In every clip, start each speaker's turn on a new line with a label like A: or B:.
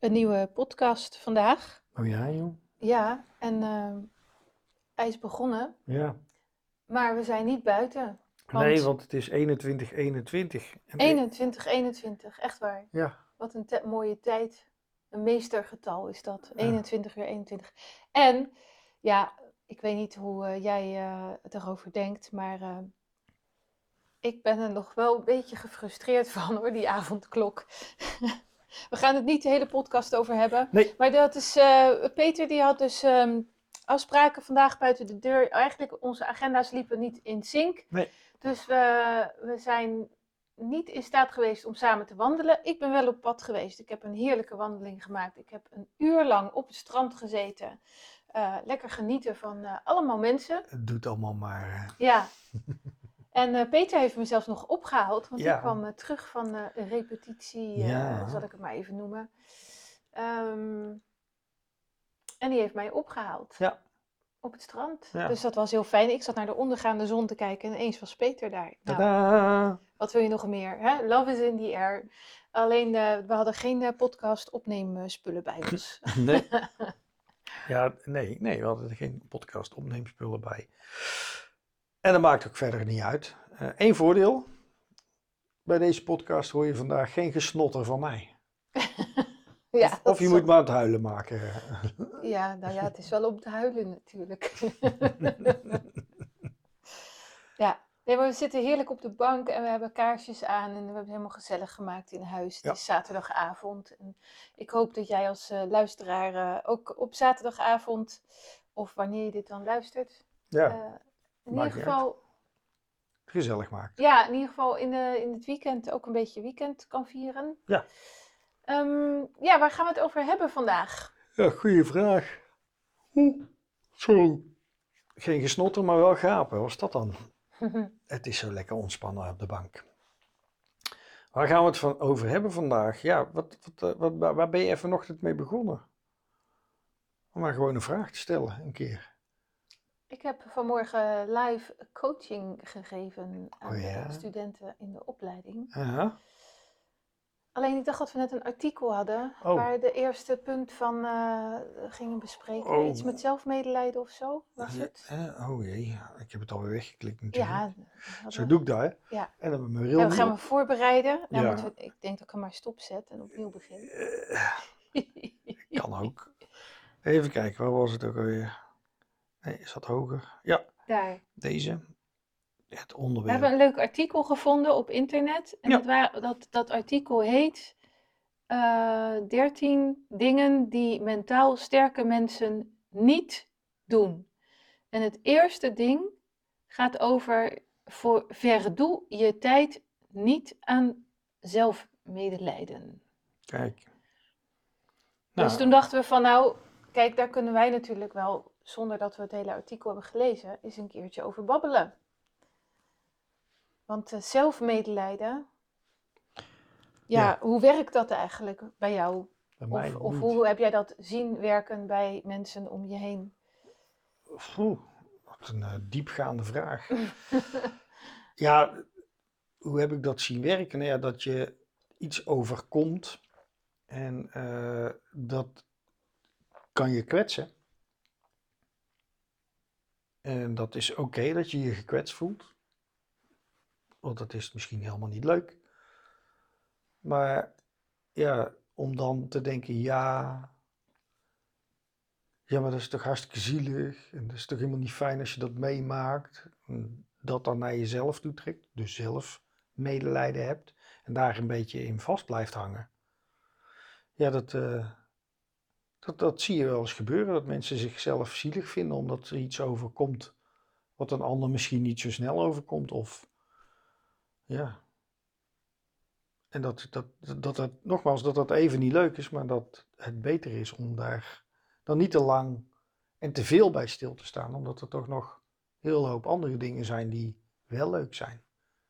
A: Een nieuwe podcast vandaag.
B: Oh ja, joh.
A: Ja, en ehm, hij is begonnen,
B: Ja.
A: maar we zijn niet buiten. Want-
B: Nee, want het is 21, 21. En
A: 21, 21, echt waar.
B: Ja.
A: Wat een te- mooie tijd. Een meestergetal is dat. 21 uur 21. En, ja, ik weet niet hoe eh, jij eh, het erover denkt, maar eh, ik ben er nog wel een beetje gefrustreerd van hoor, die avondklok. We gaan het niet de hele podcast over hebben.
B: Nee.
A: Maar dat is, eh, Peter die had dus ehm, afspraken vandaag buiten de deur. Eigenlijk, onze agenda's liepen niet in zink.
B: Nee.
A: Dus we, we zijn niet in staat geweest om samen te wandelen. Ik ben wel op pad geweest. Ik heb een heerlijke wandeling gemaakt. Ik heb een uur lang op het strand gezeten. Eh, lekker genieten van eh, allemaal mensen.
B: Het doet allemaal maar. eh,
A: Ja. En eh, Peter heeft me zelfs nog opgehaald, want
B: Ja.
A: ik kwam eh, terug van eh, een repetitie, eh,
B: Ja.
A: zal ik het maar even noemen. Ehm, en die heeft mij opgehaald
B: Ja.
A: op het strand.
B: Ja.
A: Dus dat was heel fijn. Ik zat naar de ondergaande zon te kijken en eens was Peter daar. Nou,
B: Tadaa!
A: wat wil je nog meer? Hè? Love is in the air. Alleen eh, we hadden geen eh, podcast opnemen spullen bij dus ons.
B: Nee. ja, nee, nee, we hadden er geen podcast opneemspullen bij. En dat maakt ook verder niet uit. Eén voordeel. Bij deze podcast hoor je vandaag geen gesnotter van mij.
A: ja, dat
B: of je
A: is
B: moet maar aan het huilen maken.
A: Ja, nou ja, het is wel om te huilen natuurlijk. ja, nee, maar we zitten heerlijk op de bank en we hebben kaarsjes aan en we hebben het helemaal gezellig gemaakt in huis. Het
B: Ja.
A: is zaterdagavond en ik hoop dat jij als eh, luisteraar eh, ook op zaterdagavond, of wanneer je dit dan luistert,
B: Ja,
A: eh, in
B: maakt
A: ieder
B: niet
A: geval...
B: gezellig maken.
A: Ja, in ieder geval in, eh, in het weekend ook een beetje weekend kan vieren.
B: Ja.
A: Ehm, ja, waar gaan we het over hebben vandaag?
B: Ja, goede vraag. Oeh, Zo. Geen gesnotter, maar wel gapen. Wat is dat dan? Het is zo lekker ontspannen op de bank. Waar gaan we het van over hebben vandaag? Ja, wat, wat, eh, wat, waar waar ben je even vanochtend mee begonnen? Om maar gewoon een vraag te stellen, een keer.
A: Ik heb vanmorgen live coaching gegeven aan
B: Oh
A: eh,
B: ja?
A: studenten in de opleiding.
B: Aha.
A: Alleen ik dacht dat we net een artikel hadden
B: Oh.
A: waar de eerste punt van eh, gingen bespreken.
B: Oh.
A: Iets met zelfmedelijden of zo, was het?
B: Eh, oh jee, ik heb het alweer weggeklikt natuurlijk.
A: Ja,
B: Zo
A: hadden we-
B: doe ik dat, hè?
A: Ja.
B: En dan met mijn
A: ja,
B: ril.
A: we gaan me voorbereiden. Nou,
B: Ja.
A: moeten we- ik denk dat ik hem maar stopzet en opnieuw begin.
B: Eh, kan ook. Even kijken, waar was het ook alweer? Nee, is dat hoger? Ja,
A: Daar.
B: deze. Het
A: We hebben
B: onderwerp.
A: een leuk artikel gevonden op internet. En
B: Ja.
A: dat, wa- dat, dat artikel heet eh 13 dingen die mentaal sterke mensen niet doen. En het eerste ding gaat over voor verdoe je tijd niet aan zelfmedelijden.
B: Kijk.
A: Dus toen dachten we van nou, kijk, daar kunnen wij natuurlijk wel, zonder dat we het hele artikel hebben gelezen, eens een keertje over babbelen. Want eh, zelfmedelijden, ja,
B: Ja.
A: hoe werkt dat eigenlijk bij jou?
B: bij mij
A: Of, of
B: niet.
A: hoe heb jij dat zien werken bij mensen om je heen?
B: Oeh, wat een eh, diepgaande vraag. ja, hoe heb ik dat zien werken? Nou ja, dat je iets overkomt en eh, dat kan je kwetsen. En dat is oké dat je je gekwetst voelt. Want dat is misschien helemaal niet leuk. Maar ja, om dan te denken, ja, ja, maar dat is toch hartstikke zielig. En dat is toch helemaal niet fijn als je dat meemaakt. En Dat dan naar jezelf toe trekt. Dus zelf medelijden hebt. En daar een beetje in vast blijft hangen. Ja, dat, eh, dat, dat zie je wel eens gebeuren. Dat mensen zichzelf zielig vinden omdat er iets overkomt. Wat een ander misschien niet zo snel overkomt. Of ja. En dat dat, dat, dat, dat nogmaals, dat dat even niet leuk is. Maar dat het beter is om daar dan niet te lang en te veel bij stil te staan, omdat er toch nog heel hoop andere dingen zijn die wel leuk zijn.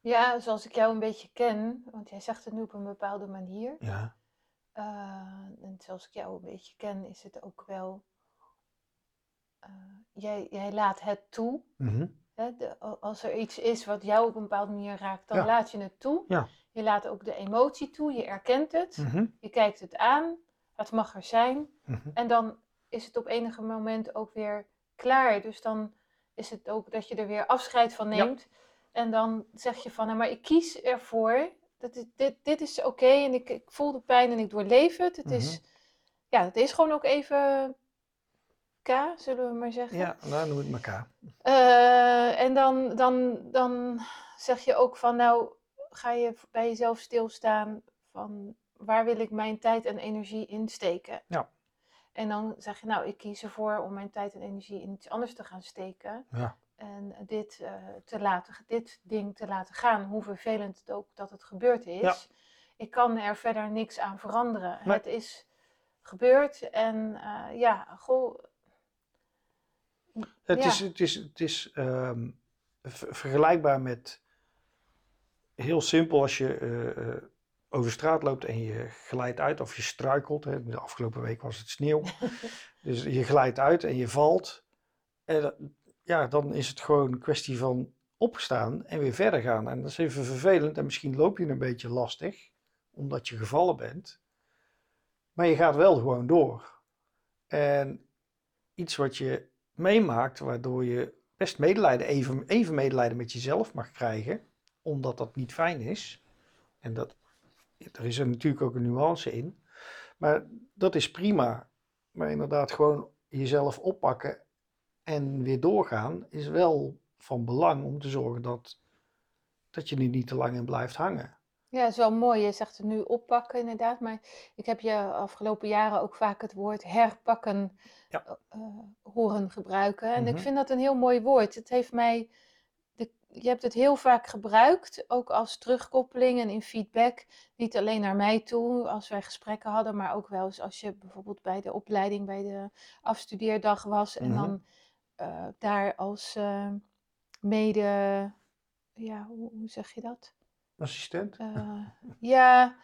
A: Ja, zoals ik jou een beetje ken, want jij zegt het nu op een bepaalde manier.
B: Ja.
A: Eh, en zoals ik jou een beetje ken, is het ook wel. eh, jij, jij laat het toe.
B: Mhm.
A: Hè? De, a- als er iets is wat jou op een bepaalde manier raakt, dan
B: Ja.
A: laat je het toe.
B: Ja. Hm.
A: Je laat ook de emotie toe, je erkent het, je kijkt het aan. Het mag er zijn.
B: Mhm.
A: En dan is het op enige moment ook weer klaar. Dus dan is het ook dat je er weer afscheid van
B: Ja.
A: neemt. En dan zeg je van, nou, maar ik kies ervoor. Dat dit, dit, dit is oké en ik, ik voel de pijn en ik doorleef het. Het is,
B: Mhm.
A: ja, het is gewoon ook even K, zullen we maar zeggen.
B: Ja, nou noem het elkaar.
A: Eh, en dan, dan, dan zeg je ook van, nou, ga je bij jezelf stilstaan van waar wil ik mijn tijd en energie in steken?
B: Ja.
A: En dan zeg je, nou, ik kies ervoor om mijn tijd en energie in iets anders te gaan steken.
B: Ja.
A: En dit, eh, te laten, dit ding te laten gaan, hoe vervelend het ook dat het gebeurd is.
B: Ja.
A: Ik kan er verder niks aan veranderen.
B: Nee.
A: Het is gebeurd en eh, ja, goh,
B: Het
A: Ja.
B: is, het is, het is ehm, ver- vergelijkbaar met heel simpel als je eh, eh, over straat loopt en je glijdt uit of je struikelt. Hè. De afgelopen week was het sneeuw. dus je glijdt uit en je valt. En dat- ja, dan is het gewoon een kwestie van opstaan en weer verder gaan. En dat is even vervelend en misschien loop je een beetje lastig omdat je gevallen bent. Maar je gaat wel gewoon door. En iets wat je meemaakt, waardoor je best medelijden, even, even medelijden met jezelf mag krijgen, omdat dat niet fijn is. En dat, er is er natuurlijk ook een nuance in. Maar dat is prima. Maar inderdaad, gewoon jezelf oppakken en weer doorgaan is wel van belang om te zorgen dat, dat je er niet te lang in blijft hangen.
A: Ja, is wel mooi. Je zegt het nu oppakken, inderdaad. Maar ik heb je afgelopen jaren ook vaak het woord herpakken
B: Ja.
A: eh, horen gebruiken. En ik
B: Mhm.
A: vind dat een heel mooi woord. Het heeft mij. De, je hebt het heel vaak gebruikt, ook als terugkoppeling en in feedback. Niet alleen naar mij toe, als wij gesprekken hadden, maar ook wel eens als je bijvoorbeeld bij de opleiding, bij de afstudeerdag was. En
B: Mhm.
A: dan eh, daar als eh, mede. Ja, hoe, hoe zeg je dat?
B: Assistent?
A: Eh, ja,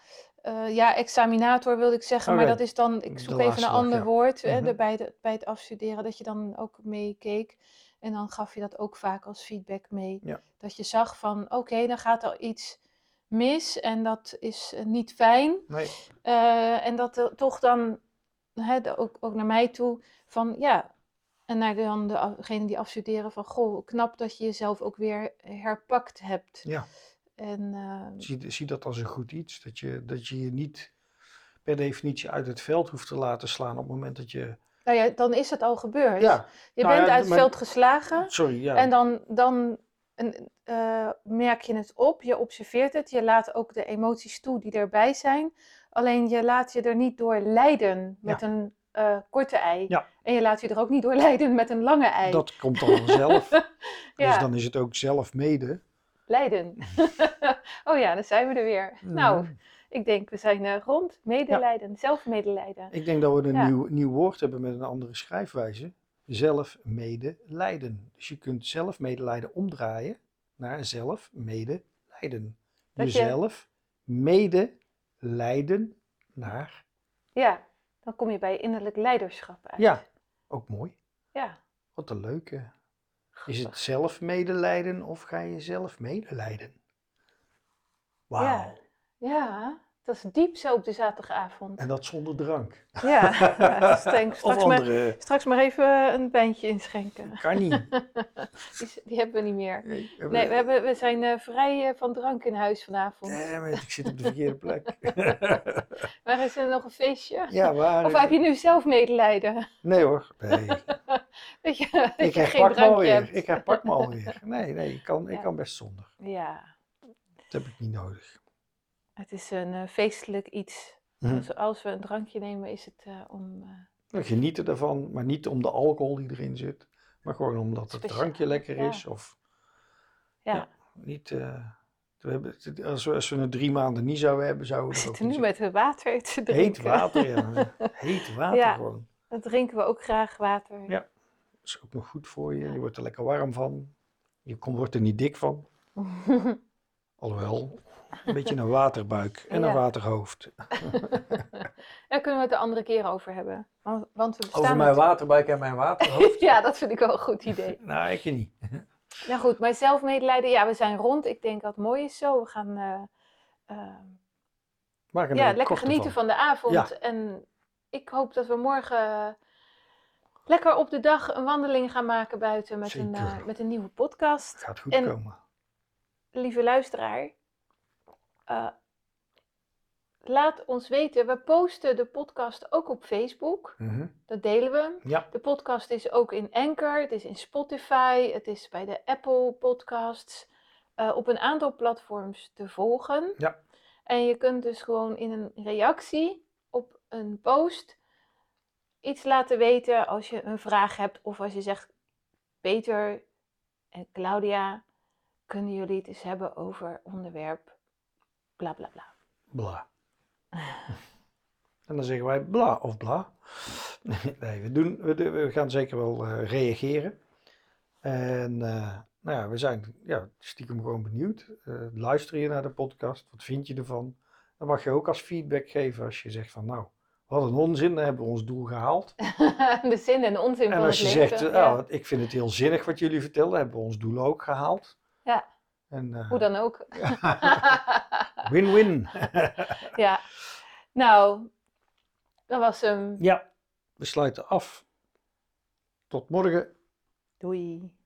A: eh, ja, examinator wilde ik zeggen, maar
B: Oké.
A: dat is dan, ik
B: De
A: zoek even
B: laatste
A: een
B: dag,
A: ander
B: ja.
A: woord hè,
B: Mhm.
A: de- bij, de, bij het afstuderen, dat je dan ook meekeek. En dan gaf je dat ook vaak als feedback mee.
B: Ja.
A: Dat je zag van, oké, dan gaat er iets mis en dat is eh, niet fijn.
B: Nee.
A: Eh, en dat er toch dan, hè, de- ook, ook naar mij toe, van ja, en naar dan de- degene die afstuderen van, goh, knap dat je jezelf ook weer herpakt hebt.
B: Ja.
A: En eh,
B: Zie, zie dat als een goed iets. Dat je, dat je je niet per definitie uit het veld hoeft te laten slaan op het moment dat je.
A: Nou ja, dan is het al gebeurd.
B: Ja,
A: je
B: nou
A: bent
B: ja,
A: uit het
B: maar-
A: veld geslagen
B: sorry. Ja,
A: en dan, dan en, eh, merk je het op, je observeert het, je laat ook de emoties toe die erbij zijn. Alleen je laat je er niet door leiden met een eh, korte ei.
B: Ja.
A: En je laat je er ook niet door leiden met een lange ei.
B: dat komt dan vanzelf.
A: ja,
B: Dus dan is het ook zelf mede.
A: leiden. oh ja, dan zijn we er weer. Nou,
B: Mm.
A: ik denk we zijn eh, rond. Medelijden, zelfmedelijden.
B: Ik denk dat we een
A: ja.
B: nieuw, nieuw woord hebben met een andere schrijfwijze. Zelf mede lijden. Dus je kunt zelf medelijden omdraaien naar zelf mede lijden.
A: Dat je-
B: Jezelf mede lijden naar.
A: Ja, dan kom je bij innerlijk leiderschap uit.
B: Ja, ook mooi.
A: ja.
B: Wat een leuke. Is
A: grappig.
B: het zelf medelijden of ga je zelf medelijden? Wauw.
A: Ja. Ja, dat is diep zo op de zaterdagavond.
B: En dat zonder drank.
A: Ja, ja, dus denk ik
B: of
A: straks, maar,
B: andere.
A: straks maar even eh, een pijntje inschenken.
B: Kan niet.
A: Die, is- die hebben we niet meer.
B: Nee,
A: Nee, we, hebben, we zijn eh, vrij eh, van drank in huis vanavond.
B: Damn it, ik zit op de verkeerde plek.
A: Maar is er nog een feestje?
B: ja, waar?
A: Of heb je nu zelf medelijden?
B: Nee hoor. Nee.
A: Dat je, dat
B: ik
A: je
B: herpak me alweer.
A: hebt.
B: Ik herpak me alweer. Nee, nee, ik kan,
A: Ja.
B: ik kan best zonder.
A: Ja,
B: Dat heb ik niet nodig.
A: het is een eh, feestelijk iets.
B: Hm.
A: Dus als we een drankje nemen is het eh, om... eh,
B: We genieten ervan, maar niet om de alcohol die erin zit. Maar gewoon omdat het
A: Speciaal,
B: drankje lekker
A: ja.
B: is. Of
A: ja,
B: Ja, Niet, eh, we hebben, het- als, we, als we het drie maanden niet zouden hebben, zouden
A: we
B: we er ook
A: zitten nu
B: niet
A: met water te
B: zo-
A: drinken.
B: Heet water, ja. Heet water
A: Ja.
B: gewoon.
A: Dan drinken we ook graag water.
B: Ja. Dat is ook nog goed voor je.
A: Ja.
B: Je wordt er lekker warm van. Je kom- wordt er niet dik van. Alhoewel, een beetje een waterbuik en
A: Ja.
B: een waterhoofd.
A: Daar kunnen we het de andere keer over hebben. Want, want we bestaan
C: Over mijn
A: natuurlijk-
C: waterbuik en mijn waterhoofd.
A: Ja, dat vind ik wel een goed idee.
B: nou, ik niet.
A: Nou goed, maar zelfmedelijden, ja, we zijn rond. Ik denk dat het mooi is zo. We gaan eh, eh,
B: Maar ik er
A: ja,
B: een
A: lekker
B: korte
A: genieten van. de avond.
B: Ja.
A: En ik hoop dat we morgen eh, lekker op de dag een wandeling gaan maken buiten met, een, eh,
B: Zeker.
A: met een nieuwe podcast.
B: Gaat goed
A: En-
B: komen.
A: Lieve luisteraar, eh, laat ons weten. We posten de podcast ook op Facebook.
B: Mhm.
A: Dat delen we.
B: Ja,
A: De podcast is ook in Anchor, het is in Spotify, het is bij de Apple Podcasts. eh, op een aantal platforms te volgen.
B: Ja.
A: En je kunt dus gewoon in een reactie op een post iets laten weten als je een vraag hebt of als je zegt: Peter en Claudia, kunnen jullie het eens hebben over onderwerp bla bla bla.
B: bla. en dan zeggen wij bla of bla. nee, we, doen, we, doen- we gaan zeker wel eh, reageren. En eh, nou ja, we zijn ja, stiekem gewoon benieuwd. Eh, luister je naar de podcast? Wat vind je ervan? Dan mag je ook als feedback geven als je zegt van nou, wat een onzin, dan hebben we ons doel gehaald.
A: De zin en onzin
B: En
A: van
B: als je
A: het
B: zegt,
A: leven.
B: eh,
A: ja.
B: nou, ik vind het heel zinnig wat jullie vertellen, hebben we ons doel ook gehaald.
A: Ja.
B: En, eh,
A: Hoe dan ook.
B: Win-win.
A: Ja. Nou, dat was hem.
B: ja, we sluiten af. Tot morgen.
A: Doei.